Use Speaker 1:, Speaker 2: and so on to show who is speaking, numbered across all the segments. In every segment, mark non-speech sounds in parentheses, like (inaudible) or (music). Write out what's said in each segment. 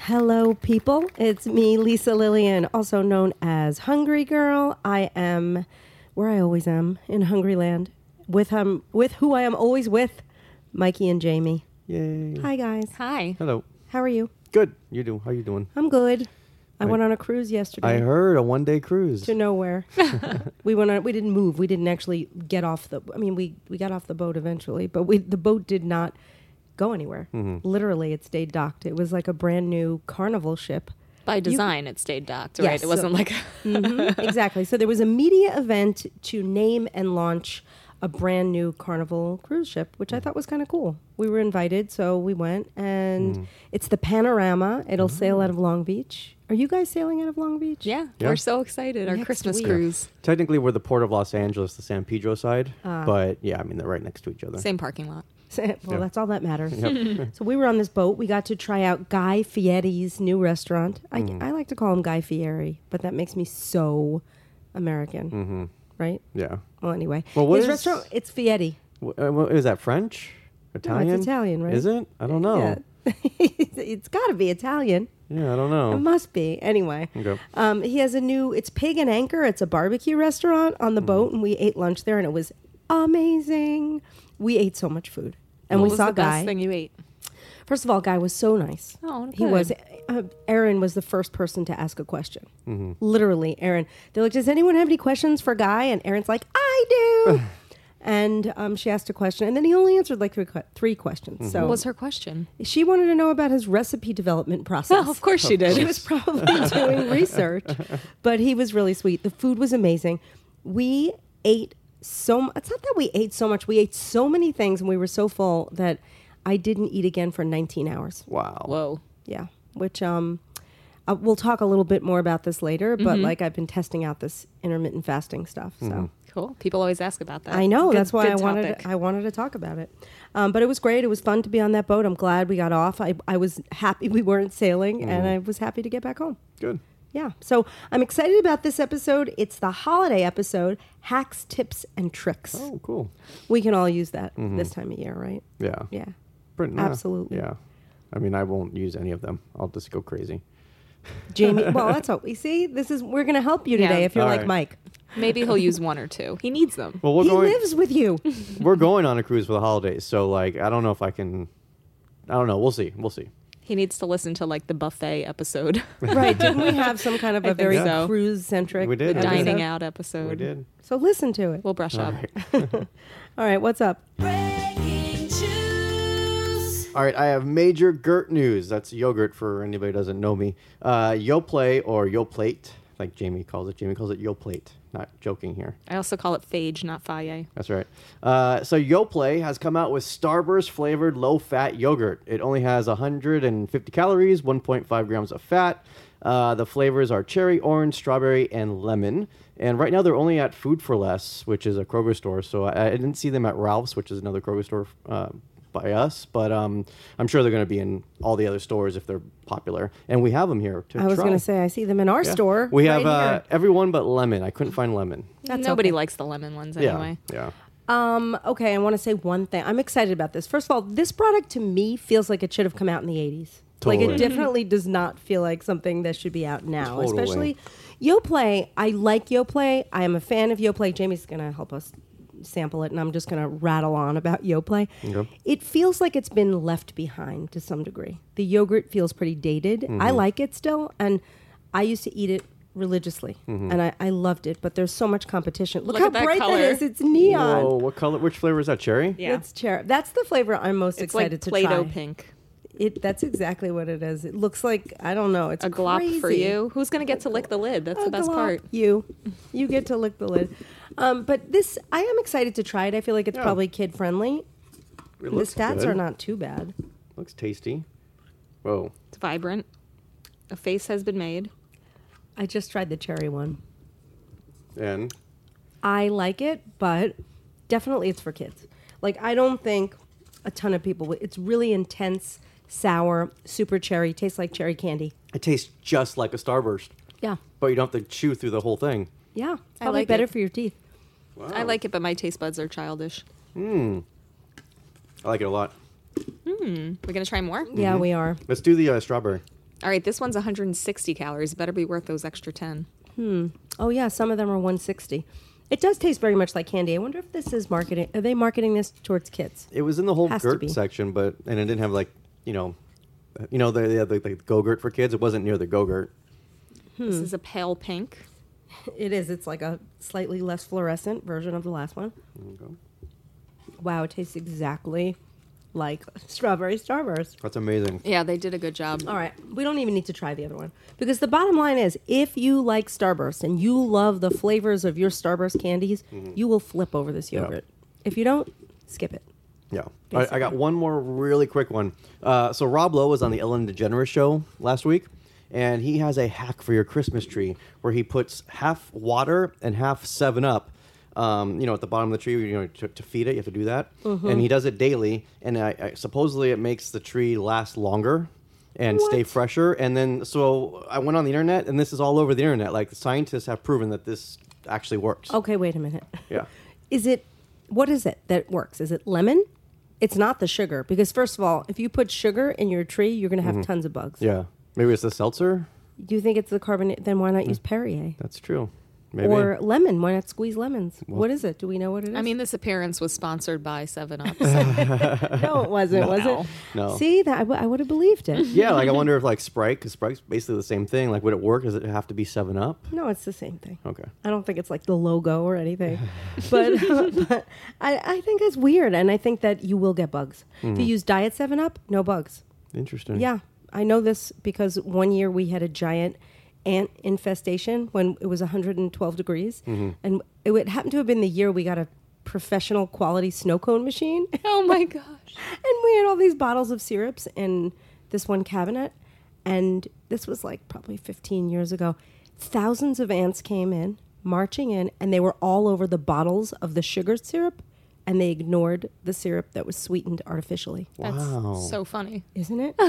Speaker 1: Hello, people. It's me, Lisa Lillian, also known as Hungry Girl. I am where I always am in Hungry Land with um with who I am always with, Mikey and Jamie.
Speaker 2: Yay.
Speaker 1: Hi guys.
Speaker 3: Hi.
Speaker 2: Hello.
Speaker 1: How are you?
Speaker 2: Good. You do. How you doing?
Speaker 1: I'm good. I
Speaker 2: I-
Speaker 1: went on a cruise yesterday.
Speaker 2: I heard a one day cruise.
Speaker 1: to nowhere. we went on. We didn't move. We didn't actually get off the. I mean, we we got off the boat eventually, but we the boat did not go anywhere. Literally, it stayed docked. It was like a brand new carnival ship.
Speaker 3: By design, it stayed docked,
Speaker 1: Yes,
Speaker 3: right? It wasn't
Speaker 1: so-
Speaker 3: like
Speaker 1: Mhm, (laughs) exactly. So there was a media event to name and launch a brand new Carnival cruise ship, which I thought was kind of cool. We were invited, so we went, and it's the Panorama. It'll sail out of Long Beach. Are you guys sailing out of Long Beach?
Speaker 3: yeah,
Speaker 2: Yeah.
Speaker 3: (laughs) We're so excited. Our
Speaker 1: Next
Speaker 3: Christmas
Speaker 1: week.
Speaker 3: cruise,
Speaker 2: Technically, we're the port of Los Angeles, the San Pedro side.
Speaker 1: Ah.
Speaker 2: but yeah, I mean, they're right next to each other.
Speaker 3: same parking lot.
Speaker 1: well, that's all that matters.
Speaker 2: Yep.
Speaker 1: So we were on this boat. We got to try out Guy Fieri's new restaurant. I, I like to call him Guy Fieri, but that makes me so American, mm-hmm. right?
Speaker 2: yeah.
Speaker 1: Well, anyway,
Speaker 2: Mm. Well, what
Speaker 1: his
Speaker 2: is-
Speaker 1: restaurant? It's Fieri.
Speaker 2: Wh- uh, wh- Is that French? Italian?
Speaker 1: Italian, right?
Speaker 2: Is it? I don't know. Yeah,
Speaker 1: Yeah. (laughs) it's got to be Italian.
Speaker 2: I don't know.
Speaker 1: It must be. Anyway,
Speaker 2: Oh. Okay.
Speaker 1: um, he has a new. It's Pig and Anchor. It's a barbecue restaurant on the boat, and we ate lunch there, and it was amazing. We ate so much food, and
Speaker 3: What
Speaker 1: we
Speaker 3: was
Speaker 1: saw
Speaker 3: the
Speaker 1: Guy.
Speaker 3: best thing you ate?
Speaker 1: First of all, guy was so nice.
Speaker 3: Oh,
Speaker 1: he
Speaker 3: good.
Speaker 1: was. Uh, Aaron was the first person to ask a question.
Speaker 3: Mm-hmm.
Speaker 1: Literally, Aaron. They're like, "Does anyone have any questions for Guy?" And Aaron's like, "I
Speaker 3: (sighs)
Speaker 1: do." and um, she asked a question, and then he only answered like three, que- three questions. So
Speaker 3: What Mm-hmm. was her question?
Speaker 1: she wanted to know about his recipe development process.
Speaker 3: Oh, of course she
Speaker 1: (laughs)
Speaker 3: did.
Speaker 1: She was
Speaker 3: (laughs)
Speaker 1: probably doing research, but he was really sweet. The food was amazing. We ate so. mu- It's not that we ate so much. We ate so many things, and we were so full that I didn't eat again for 19 hours.
Speaker 2: wow.
Speaker 3: Whoa.
Speaker 1: Yeah, which um, uh, we'll talk a little bit more about this later. But
Speaker 3: Mm-hmm.
Speaker 1: like, I've been testing out this intermittent fasting stuff, so.
Speaker 2: Mm-hmm.
Speaker 3: Cool. People always ask about that.
Speaker 1: I know.
Speaker 3: Good-
Speaker 1: that's why
Speaker 3: good
Speaker 1: I wanted
Speaker 3: topic.
Speaker 1: I wanted to talk about it. Um, but it was great. It was fun to be on that boat. I'm glad we got off. I, I was happy we weren't sailing,
Speaker 2: Mm-hmm.
Speaker 1: and I was happy to get back home.
Speaker 2: Good.
Speaker 1: Yeah. So I'm excited about this episode. It's the holiday episode: hacks, tips, and tricks.
Speaker 2: Oh, Mm-hmm. cool.
Speaker 1: We can all use that this time of year, right?
Speaker 2: Yeah.
Speaker 1: Yeah.
Speaker 2: Pretty-
Speaker 1: absolutely.
Speaker 2: Yeah. I mean, I won't use any of them. I'll just go crazy.
Speaker 1: Jamie. well, that's what we see. This is we're going to help you today
Speaker 3: Yeah.
Speaker 1: if you're
Speaker 2: All
Speaker 1: like
Speaker 2: right.
Speaker 1: Mike.
Speaker 3: Maybe he'll use one or two. He needs them.
Speaker 2: Well, we're
Speaker 1: he
Speaker 2: going.
Speaker 1: lives with you.
Speaker 2: we're going on a cruise for the holidays, so like, I don't know if I can. I don't know. We'll see. We'll see.
Speaker 3: He needs to listen to like the buffet episode,
Speaker 1: right. Didn't (laughs) we have some kind of
Speaker 3: I
Speaker 1: a
Speaker 3: think
Speaker 1: very
Speaker 3: so.
Speaker 1: cruise centric
Speaker 2: We did.
Speaker 3: (laughs) dining out episode.
Speaker 2: We did.
Speaker 1: So listen to it.
Speaker 3: We'll brush
Speaker 2: All
Speaker 3: up.
Speaker 2: right.
Speaker 1: All right, what's up?
Speaker 4: Breaking news.
Speaker 2: All right, I have major Gert news. That's yogurt for anybody who doesn't know me. Uh, Yoplay or Yoplate, like Jamie calls it. Jamie calls it Yoplate. Not joking here.
Speaker 3: I also call it phage, not faye.
Speaker 2: That's right. Uh, so Yoplait has come out with Starburst flavored low fat yogurt. It only has 150 calories, 1.5 grams of fat. Uh, the flavors are cherry, orange, strawberry, and lemon. And right now they're only at Food for Less, which is a Kroger store. So I, I didn't see them at Ralph's, which is another Kroger store uh, by us. But um, I'm sure they're going to be in all the other stores if they're popular. And we have them here to
Speaker 1: I was
Speaker 2: try.
Speaker 1: going to say I see them in our
Speaker 2: Yeah.
Speaker 1: store.
Speaker 2: We have
Speaker 1: right
Speaker 2: uh,
Speaker 1: here.
Speaker 2: everyone but lemon. I couldn't find lemon.
Speaker 1: That's
Speaker 3: Nobody
Speaker 1: okay.
Speaker 3: likes the lemon ones anyway.
Speaker 2: Yeah. Yeah.
Speaker 1: Um, okay, I want to say one thing. I'm excited about this. First of all, this product to me feels like it should have come out in the 80s. Like
Speaker 2: Totally.
Speaker 1: it definitely does not feel like something that should be out now,
Speaker 2: Totally.
Speaker 1: especially YoPlay. I like YoPlay. I am a fan of YoPlay. Jamie's going to help us sample it, and I'm just going to rattle on about YoPlay.
Speaker 2: Okay.
Speaker 1: It feels like it's been left behind to some degree. The yogurt feels pretty dated. I
Speaker 2: Mm-hmm.
Speaker 1: like it still, and I used to eat it religiously,
Speaker 2: Mm-hmm.
Speaker 1: and I, I loved it. But there's so much competition. Look,
Speaker 3: Look
Speaker 1: how
Speaker 3: at that
Speaker 1: bright
Speaker 3: color.
Speaker 1: that is. It's neon.
Speaker 2: Whoa, what color? Which flavor is that? Cherry?
Speaker 3: Yeah.
Speaker 1: It's cherry. That's the flavor I'm most
Speaker 3: It's
Speaker 1: excited
Speaker 3: like
Speaker 1: to
Speaker 3: Play-Doh
Speaker 1: try.
Speaker 3: pink.
Speaker 1: It that's exactly what it is. It looks like I don't know. It's
Speaker 3: A glop for
Speaker 1: crazy.
Speaker 3: you. Who's gonna get to lick the lid? That's
Speaker 1: A
Speaker 3: the best
Speaker 1: glop,
Speaker 3: part.
Speaker 1: You, you get to lick the lid. Um, but this, I am excited to try it. I feel like it's
Speaker 2: Yeah.
Speaker 1: probably kid friendly.
Speaker 2: It
Speaker 1: The
Speaker 2: looks
Speaker 1: stats
Speaker 2: good.
Speaker 1: are not too bad.
Speaker 2: Looks tasty. Whoa.
Speaker 3: It's vibrant. A face has been made.
Speaker 1: I just tried the cherry one.
Speaker 2: And
Speaker 1: I like it, but definitely it's for kids. Like I don't think a ton of people. would- It's really intense, sour, super cherry. Tastes like cherry candy.
Speaker 2: it tastes just like a Starburst,
Speaker 1: Yeah,
Speaker 2: but you don't have to chew through the whole thing.
Speaker 1: yeah. It's
Speaker 3: I
Speaker 1: probably
Speaker 3: like
Speaker 1: better
Speaker 3: it.
Speaker 1: for your teeth.
Speaker 3: I like it, but my taste buds are childish.
Speaker 2: I like it a lot.
Speaker 3: We're gonna try more.
Speaker 1: Yeah, we are.
Speaker 2: Mm-hmm. Let's do the uh, strawberry.
Speaker 3: All right, this one's 160 calories. Better be worth those extra 10.
Speaker 1: Oh yeah, some of them are 160. It does taste very much like candy. I wonder if this is marketing. Are they marketing this towards kids?
Speaker 2: It was in the whole
Speaker 1: Has to
Speaker 2: Gert
Speaker 1: be.
Speaker 2: section, but and it didn't have like you know, you know the the, the, the Go-Gurt for kids. It wasn't near the Go-Gurt.
Speaker 3: This is a pale pink.
Speaker 1: It is. It's like a slightly less fluorescent version of the last one. Wow, it tastes exactly like (laughs) strawberry starburst.
Speaker 2: That's amazing.
Speaker 3: Yeah, they did a good job.
Speaker 1: All right, we don't even need to try the other one because the bottom line is if you like starburst and you love the flavors of your starburst candies, you will flip over this yogurt. If you don't, skip it.
Speaker 2: Yeah. All right, I got one more really quick one. Uh, so Rob Lowe was on the Ellen DeGeneres show last week, and he has a hack for your Christmas tree where he puts half water and half Seven Up. Um, you know, at the bottom of the tree, you know, to, to feed it, you have to do that, and he does it daily. And I, I, supposedly, it makes the tree last longer and stay fresher. And then, so I went on the internet, and this is all over the internet. Like scientists have proven that this actually works.
Speaker 1: Okay, wait a minute. (laughs)
Speaker 2: Yeah.
Speaker 1: Is it what is it that works? Is it lemon? It's not the sugar because first of all, if you put sugar in your tree, you're going to have tons of bugs.
Speaker 2: Mm-hmm. Yeah. Maybe it's the seltzer.
Speaker 1: Do you think it's the carbon? Then why not use Perrier
Speaker 2: That's true. Mm. Maybe.
Speaker 1: or lemon? Why not squeeze lemons? what is it? Do we know what it is?
Speaker 2: (laughs)
Speaker 3: I mean, this appearance was sponsored by 7 Up.
Speaker 1: no, it wasn't. Was it?
Speaker 2: No.
Speaker 1: See that I, w- I would have believed
Speaker 2: (laughs)
Speaker 1: it.
Speaker 2: Yeah, like I wonder if like Sprite, because Sprite's basically the same thing. Like, would it work? Does it have to be Seven Up?
Speaker 1: No, it's the same thing.
Speaker 2: Okay.
Speaker 1: I don't think it's like the logo or
Speaker 2: (laughs)
Speaker 1: anything, but, (laughs) but I, I think it's weird, and I think that you will get bugs
Speaker 2: Mm-hmm.
Speaker 1: if you use Diet Seven Up. No bugs.
Speaker 2: Interesting.
Speaker 1: Yeah, I know this because one year we had a giant ant infestation when it was 112 degrees, and it would happen to have been the year we got a professional quality snow cone machine,
Speaker 3: (laughs) oh my gosh.
Speaker 1: and we had all these bottles of syrups in this one cabinet, and this was like probably 15 years ago. Thousands of ants came in, marching in, and they were all over the bottles of the sugar syrup, and they ignored the syrup that was sweetened artificially.
Speaker 3: That's
Speaker 2: Wow.
Speaker 3: so funny.
Speaker 1: Isn't it?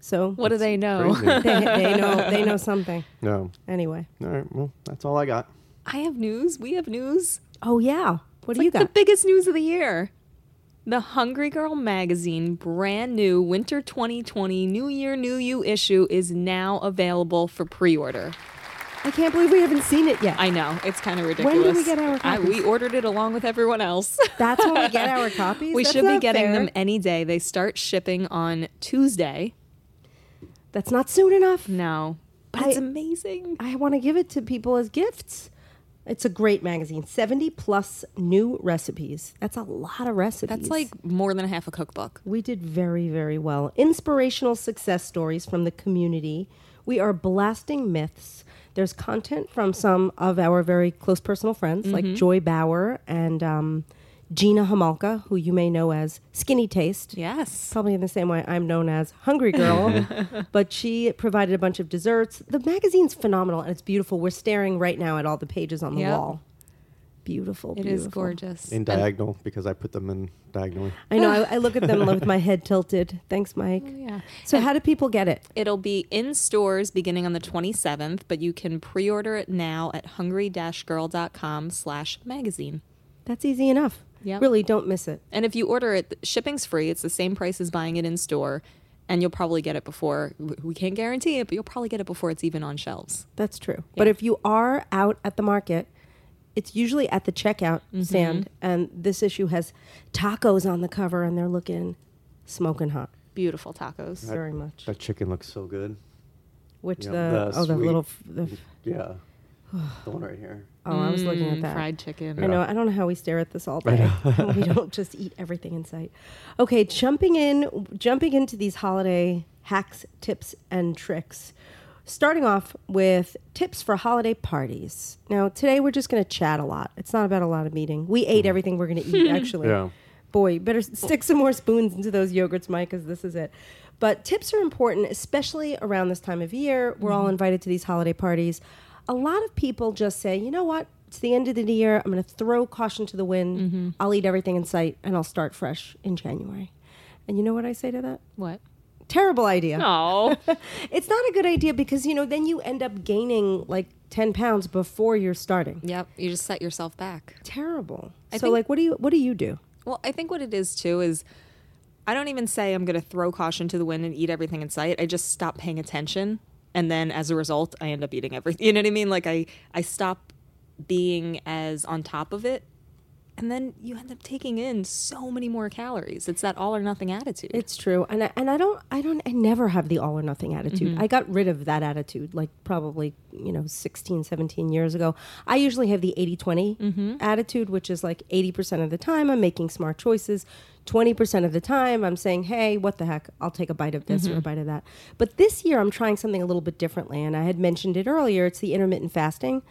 Speaker 1: So
Speaker 3: What do they know? (laughs)
Speaker 2: Crazy.
Speaker 1: (laughs) they, they know they (laughs) know something.
Speaker 2: no.
Speaker 1: Anyway.
Speaker 2: All right. Well, that's all I got.
Speaker 3: I have news. We have news.
Speaker 1: Oh yeah. What do
Speaker 3: Like
Speaker 1: you
Speaker 3: the
Speaker 1: got?
Speaker 3: biggest news of the year. The Hungry Girl magazine, brand new winter 2020 New Year New You issue is now available for pre-order.
Speaker 1: I can't believe we haven't seen it yet.
Speaker 3: I know, it's kind of ridiculous.
Speaker 1: did we get our
Speaker 3: I, we
Speaker 1: copies?
Speaker 3: ordered it along with everyone else. (laughs)
Speaker 1: That's when we (laughs) get our copies.
Speaker 3: we
Speaker 1: That's
Speaker 3: should be
Speaker 1: not
Speaker 3: getting
Speaker 1: fair.
Speaker 3: them any day. They start shipping on Tuesday.
Speaker 1: That's not soon enough.
Speaker 3: No. But it's
Speaker 1: I-
Speaker 3: amazing.
Speaker 1: I want to give it to people as gifts. It's a great magazine. 70 plus new recipes. That's a lot of recipes.
Speaker 3: That's like more than half a cookbook.
Speaker 1: We did very, very well. Inspirational success stories from the community. We are blasting myths. There's content from some of our very close personal friends,
Speaker 3: Mm-hmm.
Speaker 1: like Joy Bauer and um, Gina Hamalka, who you may know as Skinny Taste.
Speaker 3: Yes.
Speaker 1: Probably in the same way I'm known as Hungry
Speaker 3: (laughs)
Speaker 1: Girl, but she provided a bunch of desserts. The magazine's phenomenal and it's beautiful. We're staring right now at all the pages on the
Speaker 3: Yep.
Speaker 1: wall. Beautiful,
Speaker 3: It
Speaker 1: beautiful.
Speaker 3: is gorgeous.
Speaker 2: In diagonal, because I put them in diagonally.
Speaker 1: I know. I, I look at
Speaker 3: (laughs)
Speaker 1: them with my head tilted. Thanks, Mike.
Speaker 3: Oh, yeah.
Speaker 1: So, how do people get it?
Speaker 3: It'll be in stores beginning on the 27th, but you can pre-order it now at hungry-girl.com slash magazine.
Speaker 1: That's easy enough.
Speaker 3: Yep.
Speaker 1: Really, don't miss it.
Speaker 3: And if you order it, shipping's free. It's the same price as buying it in store, and you'll probably get it before. We can't guarantee it, but you'll probably get it before it's even on shelves.
Speaker 1: That's true. But if you are out at the market, it's usually at the checkout
Speaker 3: Mm-hmm.
Speaker 1: stand. And this issue has tacos on the cover, and they're looking smoking hot.
Speaker 3: Beautiful tacos.
Speaker 1: Very much.
Speaker 2: That chicken looks so good.
Speaker 1: Which
Speaker 2: Yeah,
Speaker 1: the,
Speaker 2: the
Speaker 1: oh the
Speaker 2: sweet-
Speaker 1: little f- the, f-
Speaker 2: Yeah. the one right here.
Speaker 1: oh I was looking at that.
Speaker 3: Mm, Fried chicken.
Speaker 1: I know. I don't know how we stare at this all day. (laughs) we don't just eat everything in sight. Okay, jumping in, jumping into these holiday hacks, tips, and tricks. Starting off with tips for holiday parties. Now, today we're just going to chat a lot. It's not about a lot of meeting. We ate everything we're going to eat, actually.
Speaker 2: Yeah.
Speaker 1: Boy, you better s- stick some more spoons into those yogurts, Mike, because this is it. But tips are important, especially around this time of year. We're all invited to these holiday parties. A lot of people just say, you know what? It's the end of the year. I'm going to throw caution to the wind. I'll eat everything in sight and I'll start fresh in January. And you know what I say to that?
Speaker 3: (laughs) What?
Speaker 1: Terrible idea
Speaker 3: Oh,
Speaker 1: it's not a good idea because you know then you end up gaining like 10 pounds before you're starting
Speaker 3: yep. You just set yourself back.
Speaker 1: terrible so
Speaker 3: think-
Speaker 1: like what do you what do you do
Speaker 3: Well, I think what it is too is I don't even say I'm going to throw caution to the wind and eat everything in sight. I just stop paying attention. And then as a result, I end up eating everything. (laughs) You know what I mean? Like I, I stop being as on top of it. And then you end up taking in so many more calories. It's that all or nothing attitude.
Speaker 1: It's true, and I, and I don't I don't I never have the all or nothing attitude. I got rid of that attitude like probably you know 16, 17 years ago. I usually have the 80 20 attitude, which is like eighty percent of the time I'm making smart choices, twenty percent of the time I'm saying, hey, what the heck, I'll take a bite of this or a bite of that. But this year I'm trying something a little bit differently, and I had mentioned it earlier. It's the intermittent fasting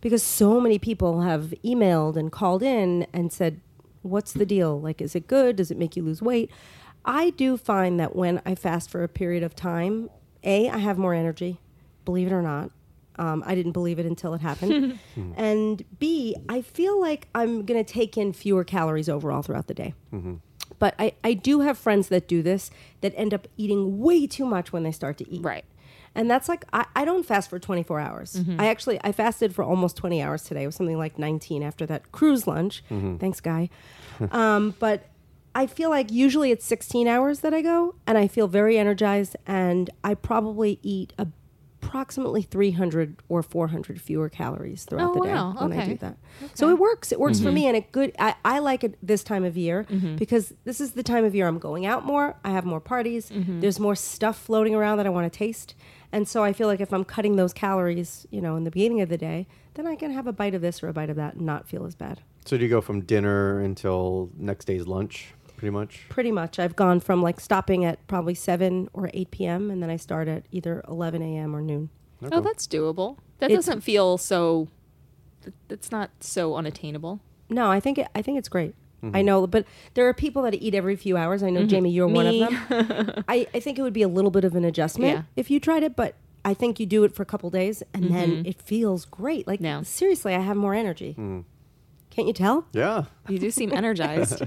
Speaker 1: because so many people have emailed and called in and said what's the deal? Like, is it good? Does it make you lose weight? I do find that when I fast for a period of time, A, I have more energy, believe it or not. Um, I didn't believe it until it happened. and B, I feel like I'm going to take in fewer calories overall throughout the day. But I, I do have friends that do this that end up eating way too much when they start to eat.
Speaker 3: Right.
Speaker 1: And that's like I, I don't fast for 24 hours. I actually I fasted for almost 20 hours today. It was something like 19 after that cruise lunch. Thanks, guy. um, but I feel like usually it's 16 hours that I go, and I feel very energized, and I probably eat approximately 300 or 400 fewer calories throughout
Speaker 3: Oh,
Speaker 1: the day
Speaker 3: wow.
Speaker 1: when I
Speaker 3: Okay.
Speaker 1: do that. So it works. It works for me, and it good. I, I like it this time of year because this is the time of year I'm going out more. I have more parties. There's more stuff floating around that I want to taste, and so I feel like if I'm cutting those calories, you know, in the beginning of the day, then I can have a bite of this or a bite of that and not feel as bad.
Speaker 2: So do you go from dinner until next day's lunch, pretty much?
Speaker 1: Pretty much, I've gone from like stopping at probably seven or eight p.m. and then I start at either eleven a.m. or noon.
Speaker 3: Oh, that's doable. That
Speaker 1: It's-
Speaker 3: doesn't feel so. th- That's not so unattainable.
Speaker 1: No, I think it, I think it's great. I know, but there are people that eat every few hours. I know, Jamie, you're one of
Speaker 3: Me. (laughs)
Speaker 1: them. I, I think it would be a little bit of an adjustment
Speaker 3: Yeah.
Speaker 1: if you tried it, but I think you do it for a couple days and then it feels great. Like,
Speaker 3: Mm-hmm. No.
Speaker 1: seriously, I have more energy. Can't you tell?
Speaker 2: Yeah.
Speaker 3: You do seem energized.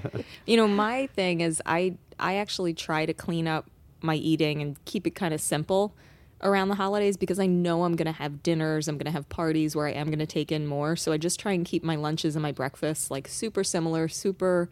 Speaker 3: you know, my thing is I I actually try to clean up my eating and keep it kind of simple around the holidays because I know I'm going to have dinners, I'm going to have parties where I am going to take in more. So I just try and keep my lunches and my breakfasts like super similar, super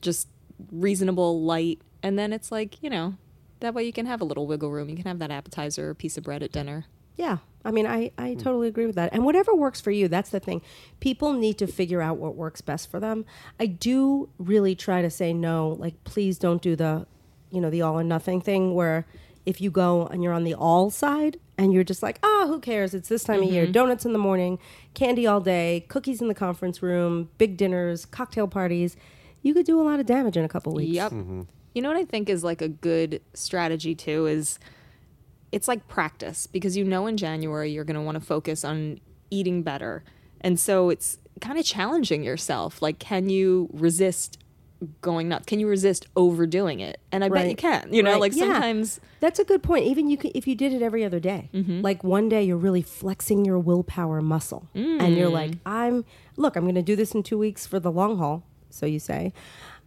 Speaker 3: just reasonable, light. And then it's like, you know, that way you can have a little wiggle room. You can have that appetizer or piece of bread at dinner.
Speaker 1: Yeah. I mean, I, I totally agree with that. And whatever works for you, that's the thing. People need to figure out what works best for them. I do really try to say no, like, please don't do the, you know, the all or nothing thing where if you go and you're on the all side and you're just like, ah, who cares? It's this time of year. Donuts in the morning, candy all day, cookies in the conference room, big dinners, cocktail parties. You could do a lot of damage in a couple weeks.
Speaker 3: Yep. You know what I think is like a good strategy too is it's like practice because you know in January you're going to want to focus on eating better. And so it's kind of challenging yourself. Like, can you resist going nuts? Can you resist overdoing it? And I bet you
Speaker 1: Right.
Speaker 3: can. You know,
Speaker 1: Right.
Speaker 3: like
Speaker 1: Yeah.
Speaker 3: sometimes Mm-hmm.
Speaker 1: That's a good point. Even you could, if you did it every other day, like one day you're really flexing your willpower muscle,
Speaker 3: Mm.
Speaker 1: and you're like, "I'm look, I'm going to do this in two weeks for the long haul," so you say,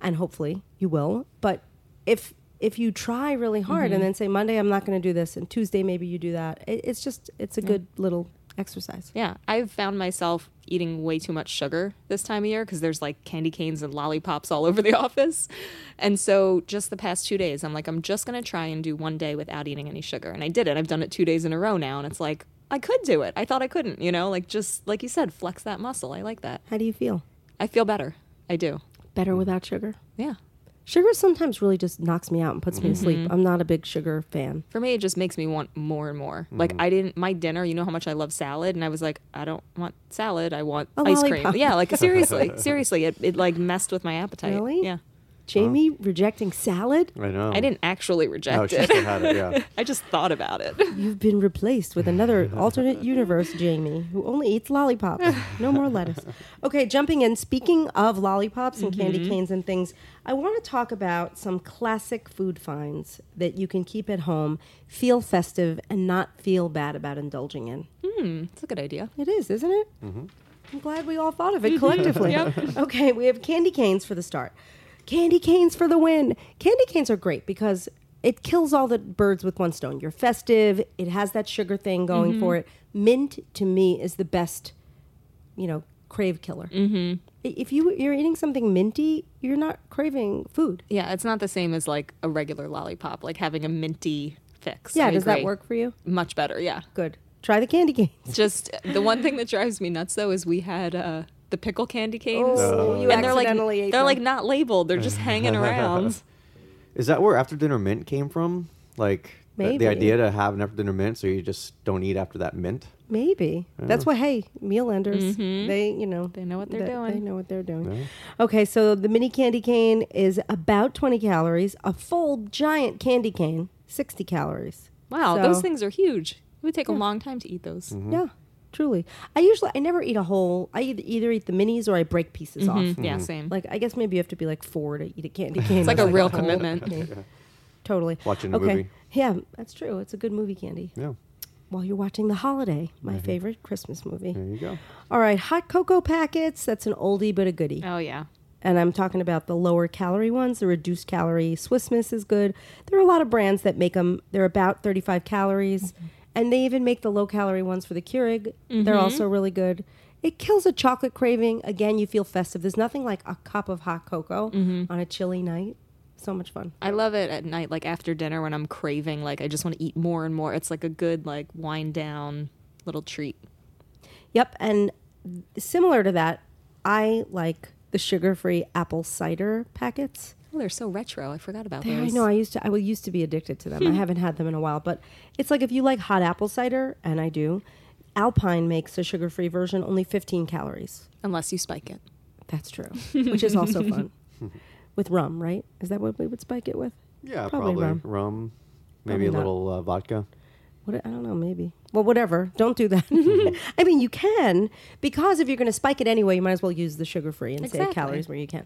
Speaker 1: and hopefully you will. But if if you try really hard
Speaker 3: Mm-hmm.
Speaker 1: and then say Monday I'm not going to do this, and Tuesday maybe you do that, it, it's just it's a good little exercise.
Speaker 3: Yeah, I've found myself eating way too much sugar this time of year because there's like candy canes and lollipops all (laughs) over the office. And so just the past two days, I'm like, I'm just going to try and do one day without eating any sugar. And I did it. I've done it two days in a row now. And it's like, I could do it. I thought I couldn't, you know, like just like you said, flex that muscle. I like that.
Speaker 1: How do you feel?
Speaker 3: I feel better. I do.
Speaker 1: Better without sugar.
Speaker 3: Yeah.
Speaker 1: Sugar sometimes really just knocks me out and puts me to
Speaker 3: Mm-hmm.
Speaker 1: sleep. I'm not a big sugar fan.
Speaker 3: For me, it just makes me want more and more. Like I didn't my dinner. You know how much I love salad, and I was like, I don't want salad. I want
Speaker 1: A
Speaker 3: ice cream.
Speaker 1: lollipop. (laughs)
Speaker 3: Yeah, like seriously, seriously, it, it like messed with my appetite.
Speaker 1: Really?
Speaker 3: Yeah.
Speaker 1: Jamie rejecting salad.
Speaker 2: I know.
Speaker 3: I didn't actually
Speaker 2: No,
Speaker 3: reject
Speaker 2: she
Speaker 3: it.
Speaker 2: still had it, yeah.
Speaker 3: (laughs) I just thought about
Speaker 1: (laughs)
Speaker 3: it.
Speaker 1: You've been replaced with another alternate universe, Jamie, who only eats lollipops. No more lettuce. Okay, jumping in. Speaking of lollipops and candy canes and things, I want to talk about some classic food finds that you can keep at home, feel festive, and not feel bad about indulging in.
Speaker 3: It's a good idea.
Speaker 1: It is, isn't it? I'm glad we all thought of it
Speaker 3: (laughs)
Speaker 1: collectively. Okay, we have candy canes for the start. Candy canes for the win. Candy canes are great because it kills all the birds with one stone. You're festive,
Speaker 3: Mm-hmm.
Speaker 1: it has that sugar thing going for it. Mint to me is the best, you know, crave killer. Mm-hmm. If you you're eating something minty, you're not craving food.
Speaker 3: Yeah, it's not the same as like a regular lollipop, like having a minty fix.
Speaker 1: Yeah,
Speaker 3: I
Speaker 1: does
Speaker 3: agree.
Speaker 1: that work for you?
Speaker 3: Much better, yeah.
Speaker 1: Good. Try the candy cane.
Speaker 3: Just the one thing that drives me nuts though is we had uh, the pickle candy canes.
Speaker 1: Oh, you
Speaker 3: and they're like
Speaker 1: accidentally ate
Speaker 3: they're like
Speaker 1: one.
Speaker 3: not labeled. They're just hanging around.
Speaker 2: Is that where after dinner mint came from? Like th-
Speaker 1: Maybe.
Speaker 2: the idea to have an after dinner mint, so you just don't eat after that mint.
Speaker 1: Maybe that's why. Hey, meal enders. They, you know,
Speaker 3: Mm-hmm. They know what they're
Speaker 1: they-
Speaker 3: doing.
Speaker 1: They know what they're doing. Okay, so the mini candy cane is about twenty calories. A full giant candy cane, sixty calories.
Speaker 3: Wow,
Speaker 1: So-
Speaker 3: those things are huge. It would take a long time to eat those.
Speaker 2: Mm-hmm.
Speaker 1: Yeah, truly. I usually I never eat a whole. I either, either eat the minis or I break pieces off.
Speaker 3: Mm-hmm. Yeah, same.
Speaker 1: Like I guess maybe you have to be like four to eat a candy cane.
Speaker 3: it's like
Speaker 1: or
Speaker 3: a real
Speaker 1: whole
Speaker 3: commitment.
Speaker 2: (laughs)
Speaker 1: thing. Totally.
Speaker 2: Watching a
Speaker 1: okay.
Speaker 2: movie.
Speaker 1: Yeah, that's true. It's a good movie candy.
Speaker 2: Yeah, Mm-hmm.
Speaker 1: While you're watching The Holiday, my favorite Christmas movie.
Speaker 2: there you go.
Speaker 1: All right, hot cocoa packets. That's an oldie but a goodie.
Speaker 3: Oh yeah.
Speaker 1: And I'm talking about the lower calorie ones, the reduced calorie Swiss Miss is good. There are a lot of brands that make them. They're about 35 calories, and they even make the low calorie ones for the Keurig. They're also really good. It kills a chocolate craving. Again, you feel festive. There's nothing like a cup of hot cocoa on a chilly night. So much fun.
Speaker 3: I love it at night, like after dinner when I'm craving, like I just want to eat more and more. It's like a good like wind down little treat.
Speaker 1: Yep, and similar to that, I like the sugar-free apple cider packets.
Speaker 3: Oh, they're so retro. I forgot about
Speaker 1: Yeah, I
Speaker 3: those.
Speaker 1: know. I used to. I will- used to be addicted to them. I haven't had them in a while, but it's like if you like hot apple cider, and I do. Alpine makes a sugar-free version, only 15 calories.
Speaker 3: Unless you spike it.
Speaker 1: That's true, which is (laughs) also fun with rum, right? Is that what we would spike it with?
Speaker 2: Yeah,
Speaker 1: Probably
Speaker 2: probably,
Speaker 1: rum.
Speaker 2: rum. maybe
Speaker 1: Probably
Speaker 2: a
Speaker 1: not.
Speaker 2: little uh, vodka.
Speaker 1: What I don't know, maybe. Well, whatever. Don't do that.
Speaker 3: Mm-hmm.
Speaker 1: (laughs) I mean, you can because if you're going to spike it anyway, you might as well use the sugar free and save
Speaker 3: Exactly.
Speaker 1: calories where you can.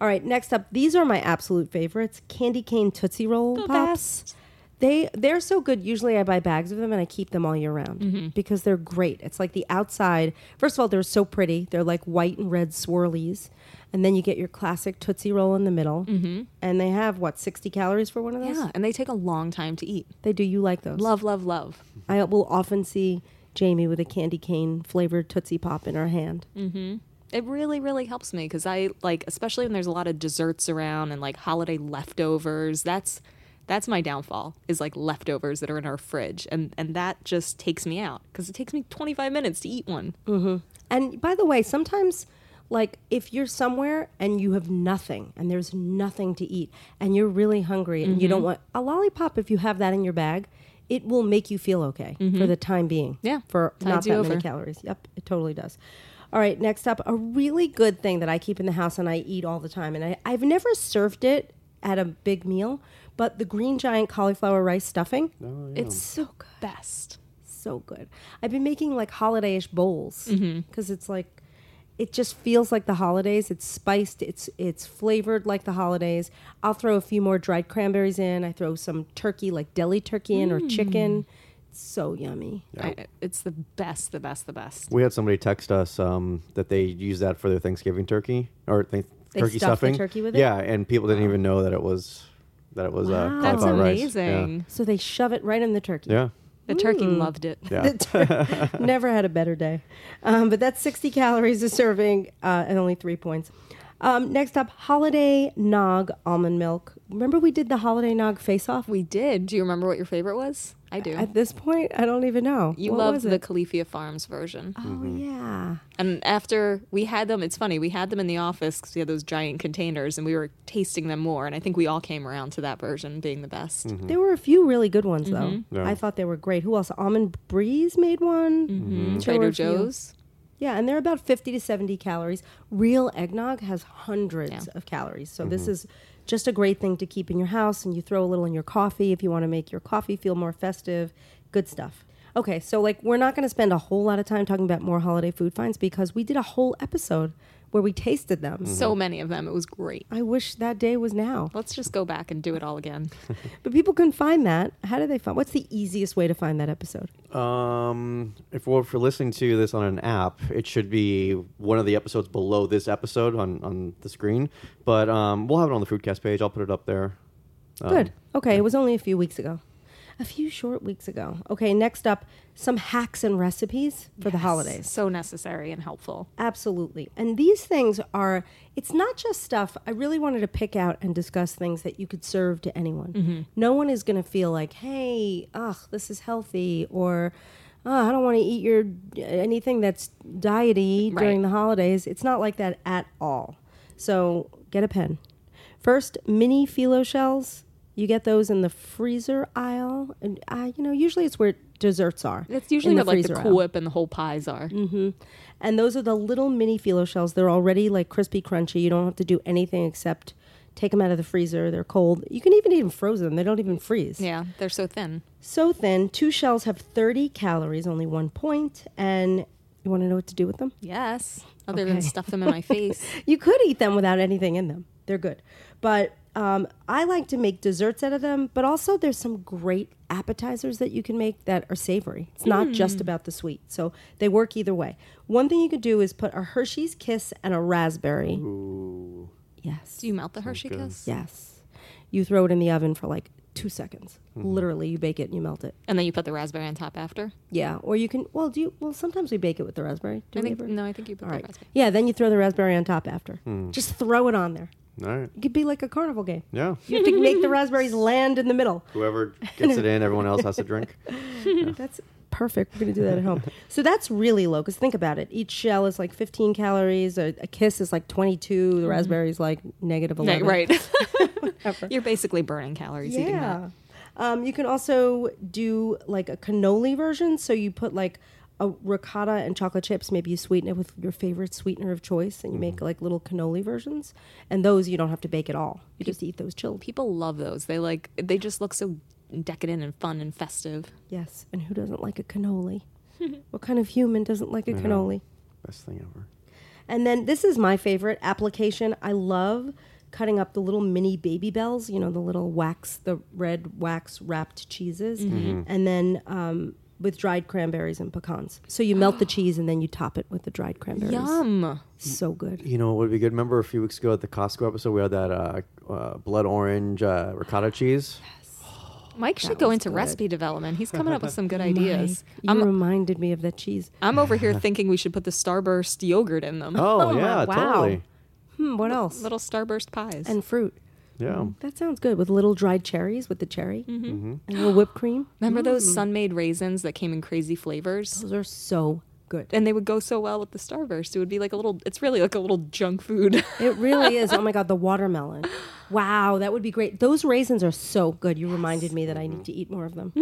Speaker 1: All right, next up, these are my absolute favorites: candy cane tootsie roll pops. They they're so good. Usually, I buy bags of them and I keep them all year round
Speaker 3: Mm-hmm.
Speaker 1: because they're great. It's like the outside. First of all, they're so pretty. They're like white and red swirlies, and then you get your classic tootsie roll in the middle. Mm-hmm. And they have what sixty calories for one of those.
Speaker 3: Yeah, and they take a long time to eat.
Speaker 1: They do. You like those?
Speaker 3: Love, love, love.
Speaker 1: I will often see Jamie with a candy cane flavored Tootsie Pop in her hand.
Speaker 3: It really, really helps me because I like, especially when there's a lot of desserts around and like holiday leftovers. That's that's my downfall is like leftovers that are in our fridge, and and that just takes me out because it takes me 25 minutes to eat one.
Speaker 1: And by the way, sometimes, like, if you're somewhere and you have nothing and there's nothing to eat and you're really hungry and you
Speaker 3: Mm-hmm.
Speaker 1: don't want a lollipop, if you have that in your bag, it will make you feel okay for the time being.
Speaker 3: Mm-hmm. Yeah.
Speaker 1: For not
Speaker 3: Tides you
Speaker 1: that many
Speaker 3: over.
Speaker 1: calories. Yep, it totally does. All right, next up, a really good thing that I keep in the house and I eat all the time. And I, I've never served it at a big meal, but the green giant cauliflower rice stuffing, it's so good
Speaker 3: Best.
Speaker 1: so good. I've been making like holiday-ish bowls because it's like it just feels like the holidays. It's spiced. It's it's flavored like the holidays. I'll throw a few more dried cranberries in. I throw some turkey, like deli turkey in, or chicken. It's so yummy.
Speaker 3: I, it's the best, the best, the best.
Speaker 2: We had somebody text us um, that they use that for their Thanksgiving turkey or th-
Speaker 1: They
Speaker 2: turkey
Speaker 1: stuff the
Speaker 2: stuffing.
Speaker 1: turkey with it?
Speaker 2: yeah, and people didn't even know that it was that it was uh,
Speaker 1: Wow.
Speaker 3: That's
Speaker 2: cauliflower rice.
Speaker 3: amazing.
Speaker 1: So they shove it right in the turkey.
Speaker 2: Yeah.
Speaker 3: The turkey loved it.
Speaker 1: (laughs)
Speaker 2: Yeah.
Speaker 1: The
Speaker 2: yeah.
Speaker 1: tur- Never had a better day. Um, but that's 60 calories a serving uh, and only three points. Um, next up, holiday nog almond milk. Remember we did the holiday nog face off?
Speaker 3: We did. Do you remember what your favorite was? I do.
Speaker 1: At this point, I don't even know.
Speaker 3: you
Speaker 1: What
Speaker 3: loved
Speaker 1: was
Speaker 3: the
Speaker 1: it?
Speaker 3: Califia Farms version.
Speaker 1: Oh yeah.
Speaker 3: And after we had them, it's funny, we had them in the office because we had those giant containers and we were tasting them more. And I think we all came around to that version being the best.
Speaker 1: There were a few really good ones
Speaker 3: Mm-hmm.
Speaker 1: though.
Speaker 2: Yeah.
Speaker 1: I thought they were great. Who else? Almond Breeze made one. Mm-hmm.
Speaker 3: Trader Joe's.
Speaker 1: Yeah, and they're about 50 to 70 calories. Real eggnog has hundreds of calories. So this is just a great thing to keep in your house and you throw a little in your coffee if you want to make your coffee feel more festive. Good stuff. Okay, so like we're not going to spend a whole lot of time talking about more holiday food finds because we did a whole episode where we tasted them.
Speaker 3: So many of them. It was great.
Speaker 1: I wish that day was now.
Speaker 3: Let's just go back and do it all again.
Speaker 1: But people can find that. How do they find? What's the easiest way to find that episode?
Speaker 2: Um, if we're, if we're listening to this on an app, it should be one of the episodes below this episode on, on the screen. But um, we'll have it on the Foodcast page. I'll put it up there. Um,
Speaker 1: Good. Okay, it was only a few weeks ago. a few short weeks ago. Okay, next up, some hacks and recipes for the holidays.
Speaker 3: So necessary and helpful.
Speaker 1: Absolutely. And these things are, it's not just stuff. I really wanted to pick out and discuss things that you could serve to anyone.
Speaker 3: Mm-hmm.
Speaker 1: No one is going to feel like, hey, ugh, this is healthy, or oh, I don't want to eat your anything that's diety during
Speaker 3: Right.
Speaker 1: the holidays. It's not like that at all. So get a pen. First, mini phyllo shells. You get those in the freezer aisle. And, uh, you know, usually it's where desserts are.
Speaker 3: That's
Speaker 1: in
Speaker 3: usually what like the
Speaker 1: freezer
Speaker 3: Cool
Speaker 1: aisle.
Speaker 3: Whip and the whole pies are.
Speaker 1: And those are the little mini phyllo shells. They're already like crispy, crunchy. You don't have to do anything except take them out of the freezer. They're cold. You can even eat them frozen. They don't even freeze.
Speaker 3: Yeah, they're so thin.
Speaker 1: So thin. Two shells have 30 calories, only one point. And you want to know what to do with them?
Speaker 3: Yes. Other
Speaker 1: Okay.
Speaker 3: than stuff them in my face.
Speaker 1: You could eat them without anything in them. They're good. But um, I like to make desserts out of them, but also there's some great appetizers that you can make that are savory. It's not just
Speaker 3: Hmm.
Speaker 1: about the sweet. So they work either way. One thing you could do is put a Hershey's Kiss and a raspberry. Yes.
Speaker 3: (laughs) Do you melt the Hershey kiss?
Speaker 1: Yes. You throw it in the oven for like two seconds.
Speaker 3: Hmm.
Speaker 1: Literally, you bake it and you melt it.
Speaker 3: And then you put the raspberry on top after?
Speaker 1: Yeah. Or you can, well, do you, well, sometimes we bake it with the raspberry. Do
Speaker 3: I
Speaker 1: we
Speaker 3: think
Speaker 1: ever?
Speaker 3: no, I think you put
Speaker 1: All
Speaker 3: the
Speaker 1: right.
Speaker 3: raspberry. Hmm.
Speaker 1: Yeah, then you throw the raspberry on top after. Just throw it on there.
Speaker 2: All right.
Speaker 1: It could be like a carnival game.
Speaker 2: Yeah.
Speaker 1: You have to make the raspberries land in the middle.
Speaker 2: Whoever gets it in, everyone else has
Speaker 1: (laughs)
Speaker 2: to drink.
Speaker 1: That's perfect. We're going to do that at home. So that's really low because think about it. Each shell is like 15 calories. A, a kiss is like 22. The raspberry is like negative 11. (laughs)
Speaker 3: (laughs) right.
Speaker 1: Whatever.
Speaker 3: You're basically burning calories eating that.
Speaker 1: Yeah. Um, you can also do like a cannoli version. So you put like a ricotta and chocolate chips. Maybe you sweeten it with your favorite sweetener of choice, and you make like little cannoli versions. And those you don't have to bake at all. You just eat those chilled.
Speaker 3: People love those. They like they just look so decadent and fun and festive.
Speaker 1: Yes. And who doesn't like a
Speaker 3: (laughs)
Speaker 1: cannoli? what kind of human doesn't like a cannoli?
Speaker 2: Best thing ever.
Speaker 1: And then this is my favorite application. I love cutting up the little mini baby bells, you know, the little wax, the red wax wrapped cheeses,
Speaker 3: Mm-hmm.
Speaker 1: and then um, with dried cranberries and pecans. So you
Speaker 3: (gasps)
Speaker 1: melt the cheese and then you top it with the dried cranberries.
Speaker 3: Yum.
Speaker 1: So good.
Speaker 2: You know what would be good? Remember a few weeks ago at the Costco episode, we had that uh, uh, blood orange uh,
Speaker 1: (laughs)
Speaker 2: ricotta cheese?
Speaker 3: Mike should
Speaker 1: That
Speaker 3: go
Speaker 1: was
Speaker 3: into
Speaker 1: good.
Speaker 3: recipe development. He's coming up with (laughs) some good ideas.
Speaker 1: Mike, you reminded me of that cheese.
Speaker 3: I'm over here thinking we should put the Starburst yogurt in them.
Speaker 2: Oh,
Speaker 1: my-
Speaker 2: yeah,
Speaker 1: wow.
Speaker 2: totally.
Speaker 1: Hmm, what else?
Speaker 3: Little Starburst pies.
Speaker 1: And fruit.
Speaker 2: Yeah.
Speaker 1: That sounds good with little dried cherries with the cherry
Speaker 3: Mm-hmm.
Speaker 1: and a little whipped cream.
Speaker 3: Remember those sun-made raisins that came in crazy flavors?
Speaker 1: Those are so good.
Speaker 3: And they would go so well with the Starburst. It would be like a little. It's really like a little junk food. (laughs)
Speaker 1: It really is. Oh my god, the watermelon. Wow, that would be great. Those raisins are so good. You reminded me that I need to eat more of them.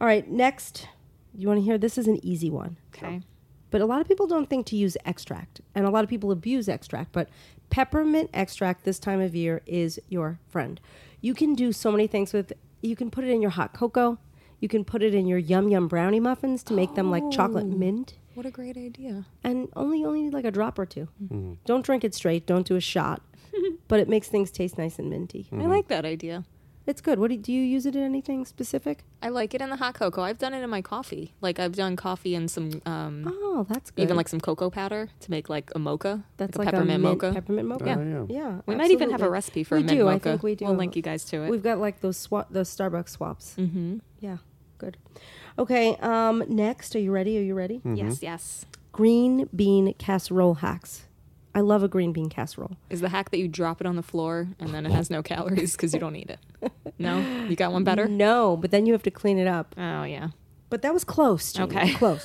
Speaker 1: All right, next. You want to hear this is an easy one.
Speaker 3: okay.
Speaker 1: But a lot of people don't think to use extract, and a lot of people abuse extract, but peppermint extract this time of year is your friend. You can do so many things with you can put it in your hot cocoa. You can put it in your yum yum brownie muffins to make them like chocolate mint
Speaker 3: What a great idea.
Speaker 1: and only only need like a drop or 2
Speaker 3: Mm-hmm.
Speaker 1: Don't drink it straight. Don't do a
Speaker 3: (laughs)
Speaker 1: shot. but it makes things taste nice and minty.
Speaker 3: I like that idea.
Speaker 1: It's good. What do, do you use it in anything specific?
Speaker 3: I like it in the hot cocoa. I've done it in my coffee. Like I've done coffee and some um
Speaker 1: Oh, that's good.
Speaker 3: even like some cocoa powder to make like a mocha.
Speaker 1: that's
Speaker 3: a peppermint
Speaker 1: mint-
Speaker 3: mocha.
Speaker 1: Peppermint mocha.
Speaker 2: Yeah.
Speaker 1: Yeah,
Speaker 2: Oh, yeah.
Speaker 3: we might even have a
Speaker 1: absolutely.
Speaker 3: recipe for
Speaker 1: we
Speaker 3: a mint
Speaker 1: do.
Speaker 3: mocha.
Speaker 1: I think we do.
Speaker 3: We'll link you guys to it.
Speaker 1: We've got like those swa- those Starbucks swaps. Mm-hmm. Yeah, good. Okay. Um, next, are you ready? Are you ready?
Speaker 3: Yes, yes.
Speaker 1: Green bean casserole hacks. I love a green bean casserole.
Speaker 3: Is the hack that you drop it on the floor and then it has no calories because you don't
Speaker 1: (laughs)
Speaker 3: eat it? No, you got one better.
Speaker 1: No, but then you have to clean it up.
Speaker 3: Oh yeah,
Speaker 1: But that was close. Jeannie.
Speaker 3: Okay.
Speaker 1: Close.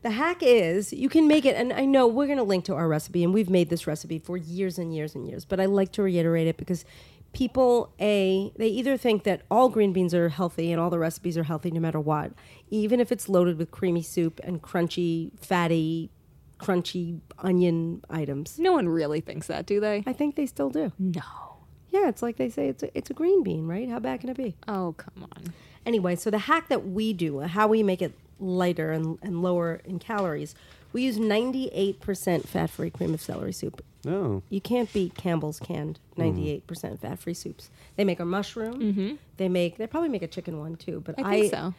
Speaker 1: the hack is you can make it, and I know we're going to link to our recipe, and we've made this recipe for years and years and years, but I like to reiterate it because people, A, they either think that all green beans are healthy and all the recipes are healthy no matter what, even if it's loaded with creamy soup and crunchy, fatty, crunchy onion items.
Speaker 3: no one really thinks that, do they?
Speaker 1: I think they still do.
Speaker 3: No.
Speaker 1: Yeah, it's like they say it's a, it's a green bean, right? How bad can it be?
Speaker 3: Oh come on.
Speaker 1: Anyway, so the hack that we do, how we make it lighter and, and lower in calories, we use 98% fat free cream of celery soup.
Speaker 2: No.
Speaker 1: You can't beat Campbell's canned 98% fat free soups. They make a mushroom. They make, they probably make a chicken one too, but
Speaker 3: Mm-hmm. I think so.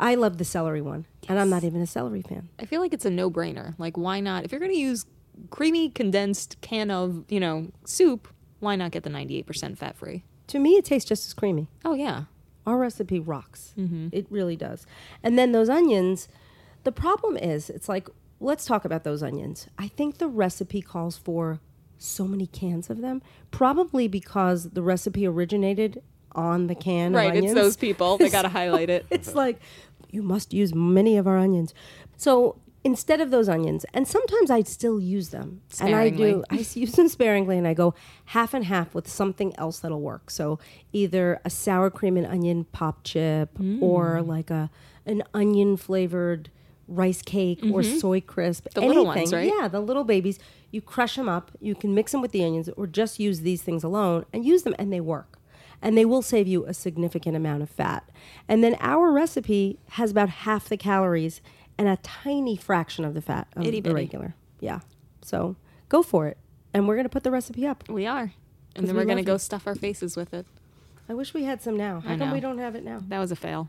Speaker 1: I love the celery one, and I'm not even a celery fan.
Speaker 3: I feel like it's a no brainer. Like, why not? If you're going to use creamy, condensed can of, you know, soup, why not get the 98% fat free?
Speaker 1: To me, it tastes just as creamy.
Speaker 3: Oh, yeah.
Speaker 1: Our recipe rocks.
Speaker 3: Mm-hmm.
Speaker 1: It really does. And then those onions, the problem is, it's like, let's talk about those onions. I think the recipe calls for so many cans of them, probably because the recipe originated on the can. of
Speaker 3: Right, it's
Speaker 1: onions.
Speaker 3: those people.
Speaker 1: (laughs)
Speaker 3: They gotta highlight it.
Speaker 1: It's like you must use many of our onions. So instead of those onions, and sometimes I still use them, and
Speaker 3: Sparingly.
Speaker 1: I (laughs) do. I s- use them sparingly, and I go half and half with something else that'll work. So either a sour cream and onion pop chip,
Speaker 3: Mm.
Speaker 1: or like a an onion flavored rice cake or soy crisp.
Speaker 3: Mm-hmm. The
Speaker 1: anything.
Speaker 3: little ones, right?
Speaker 1: Yeah, the little babies. You crush them up. You can mix them with the onions, or just use these things alone and use them, and they work and they will save you a significant amount of fat. And then our recipe has about half the calories and a tiny fraction of the fat of
Speaker 3: Itty
Speaker 1: the
Speaker 3: bitty.
Speaker 1: regular. Yeah. So go for it. And we're going to put the recipe up.
Speaker 3: We are. And then
Speaker 1: we
Speaker 3: we're going to
Speaker 1: love
Speaker 3: go
Speaker 1: you.
Speaker 3: stuff our faces with it.
Speaker 1: I wish we had some now. How
Speaker 3: I
Speaker 1: come
Speaker 3: know.
Speaker 1: we don't have it now?
Speaker 3: That was a fail.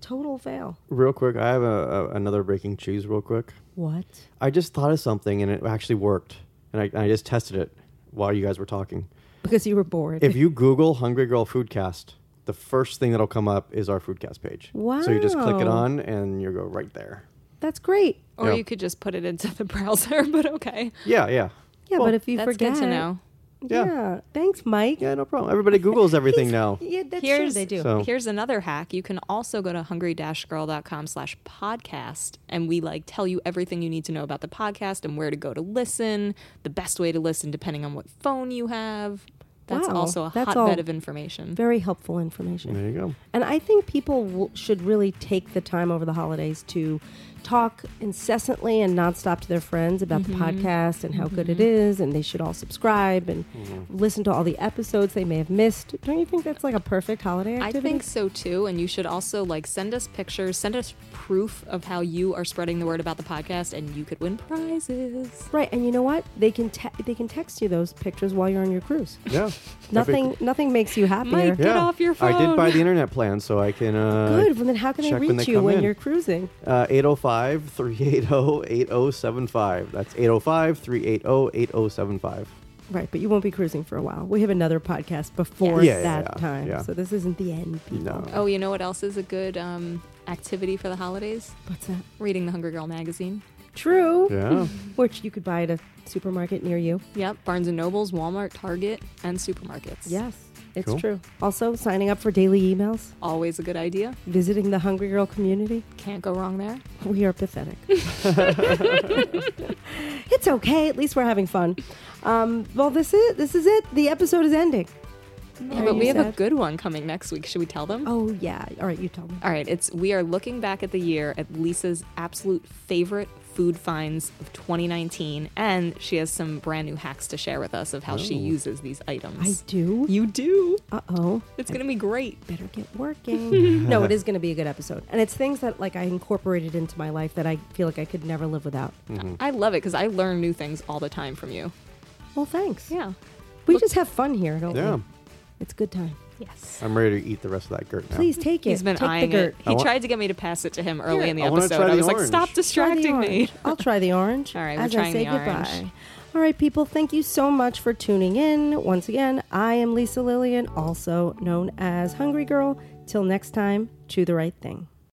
Speaker 1: Total fail.
Speaker 2: Real quick, I have a, a, another breaking cheese. Real quick,
Speaker 1: What?
Speaker 2: I just thought of something and it actually worked, and I, I just tested it while you guys
Speaker 1: (laughs)
Speaker 2: were talking.
Speaker 1: Because you were bored.
Speaker 2: If you Google "Hungry Girl Foodcast," the first thing that'll come up is our Foodcast page. So you just click it
Speaker 1: Wow.
Speaker 2: on, and you go right there.
Speaker 1: That's great.
Speaker 3: Or
Speaker 2: Yeah.
Speaker 3: you could just put it into the (laughs) browser, but okay.
Speaker 2: Yeah, yeah,
Speaker 1: Yeah,
Speaker 2: Well,
Speaker 1: but if you
Speaker 3: That's
Speaker 1: forget.
Speaker 3: good to know.
Speaker 1: Yeah.
Speaker 2: Yeah.
Speaker 1: Thanks, Mike.
Speaker 2: yeah. No problem. Everybody Googles
Speaker 1: (laughs)
Speaker 2: everything
Speaker 1: He's-
Speaker 2: now.
Speaker 1: Yeah, that's true.
Speaker 3: Here's-
Speaker 1: They do.
Speaker 2: So- Oh.
Speaker 3: Here's another hack. You can also go to hungry-girl.com slash podcast and we like tell you everything you need to know about the podcast and where to go to listen, the best way to listen depending on what phone you have. That's
Speaker 1: Wow,
Speaker 3: also a
Speaker 1: that's all
Speaker 3: hotbed of information.
Speaker 1: Very helpful information.
Speaker 2: There you go.
Speaker 1: And I think people w- should really take the time over the holidays to talk incessantly and nonstop to their friends about the
Speaker 3: Mm-hmm.
Speaker 1: podcast and how good it is. And they should all subscribe and
Speaker 2: Mm-hmm.
Speaker 1: listen to all the episodes they may have missed. Don't you think that's like a perfect holiday
Speaker 3: I
Speaker 1: activity?
Speaker 3: think so too. And you should also like send us pictures, send us proof of how you are spreading the word about the podcast, and you could win prizes.
Speaker 1: Right, and you know what? They can te- they can text you those pictures while you're on your cruise.
Speaker 3: (laughs)
Speaker 2: Yeah.
Speaker 1: Nothing
Speaker 2: Everything-
Speaker 1: nothing makes you happier.
Speaker 3: Mike. Get off your
Speaker 2: I did buy
Speaker 3: phone.
Speaker 2: the internet plan, so I can. Uh, oh
Speaker 1: Good. Well, then how can they
Speaker 2: check when
Speaker 1: reach
Speaker 2: they
Speaker 1: you
Speaker 2: come
Speaker 1: when
Speaker 2: in.
Speaker 1: you're cruising?
Speaker 2: 805 380 8075. That's 805 380 8075.
Speaker 1: Right, but you won't be cruising for a while. We have another podcast before
Speaker 2: Yeah, yeah,
Speaker 1: that
Speaker 2: yeah,
Speaker 1: time,
Speaker 2: yeah.
Speaker 1: so this isn't the end. People.
Speaker 2: No.
Speaker 3: Oh, you know what else is a good um, activity for the holidays?
Speaker 1: What's that?
Speaker 3: Reading the Hungry Girl magazine.
Speaker 1: True.
Speaker 3: (laughs)
Speaker 2: Yeah.
Speaker 1: Which you could buy at a supermarket near you.
Speaker 3: Yep, Barnes and Nobles, Walmart, Target, and supermarkets.
Speaker 1: Yes, it's
Speaker 2: Cool.
Speaker 1: true. Also, signing up for daily emails,
Speaker 3: always a good idea.
Speaker 1: visiting the Hungry Girl community.
Speaker 3: Can't go wrong there.
Speaker 1: We are
Speaker 2: (laughs)
Speaker 1: pathetic. it's okay. At least we're having fun. Um, well, this is this is it. The episode is ending.
Speaker 3: Yeah,
Speaker 1: Are
Speaker 3: but
Speaker 1: you
Speaker 3: we have a
Speaker 1: sad?
Speaker 3: good one coming next week. Should we tell them?
Speaker 1: Oh yeah. All right, you tell me.
Speaker 3: All right, it's we are looking back at the year at Lisa's absolute favorite food finds of 2019, and she has some brand new hacks to share with us of how she uses these
Speaker 1: I
Speaker 3: items.
Speaker 1: do.
Speaker 3: You do.
Speaker 1: Uh oh.
Speaker 3: It's gonna be great.
Speaker 1: better get working. no, it is going to be a good episode, and it's things that like I incorporated into my life that I feel like I could never live without.
Speaker 3: I love it because I learn new things all the time from you.
Speaker 1: Well, thanks.
Speaker 3: Yeah.
Speaker 1: We just have fun here, don't
Speaker 2: Yeah.
Speaker 1: we? It's good time.
Speaker 3: Yes.
Speaker 2: I'm ready to eat the rest of that girt now.
Speaker 1: Please take it.
Speaker 3: He's been
Speaker 1: take
Speaker 3: eyeing
Speaker 1: the girt.
Speaker 3: it. He
Speaker 2: I wa-
Speaker 3: tried to get me to pass it to him early
Speaker 1: Here,
Speaker 3: in the
Speaker 2: I wanna
Speaker 3: episode.
Speaker 2: try
Speaker 3: I
Speaker 2: the
Speaker 3: was like,
Speaker 2: orange. Try
Speaker 3: stop
Speaker 2: the
Speaker 1: Try the
Speaker 3: distracting me.
Speaker 1: orange. I'll try the orange.
Speaker 3: (laughs) All right, we're
Speaker 1: as I
Speaker 3: trying
Speaker 1: say
Speaker 3: the
Speaker 1: goodbye.
Speaker 3: orange.
Speaker 1: All right, people, thank you so much for tuning in. Once again, I am Lisa Lillian, also known as Hungry Girl. Till next time, chew the right thing.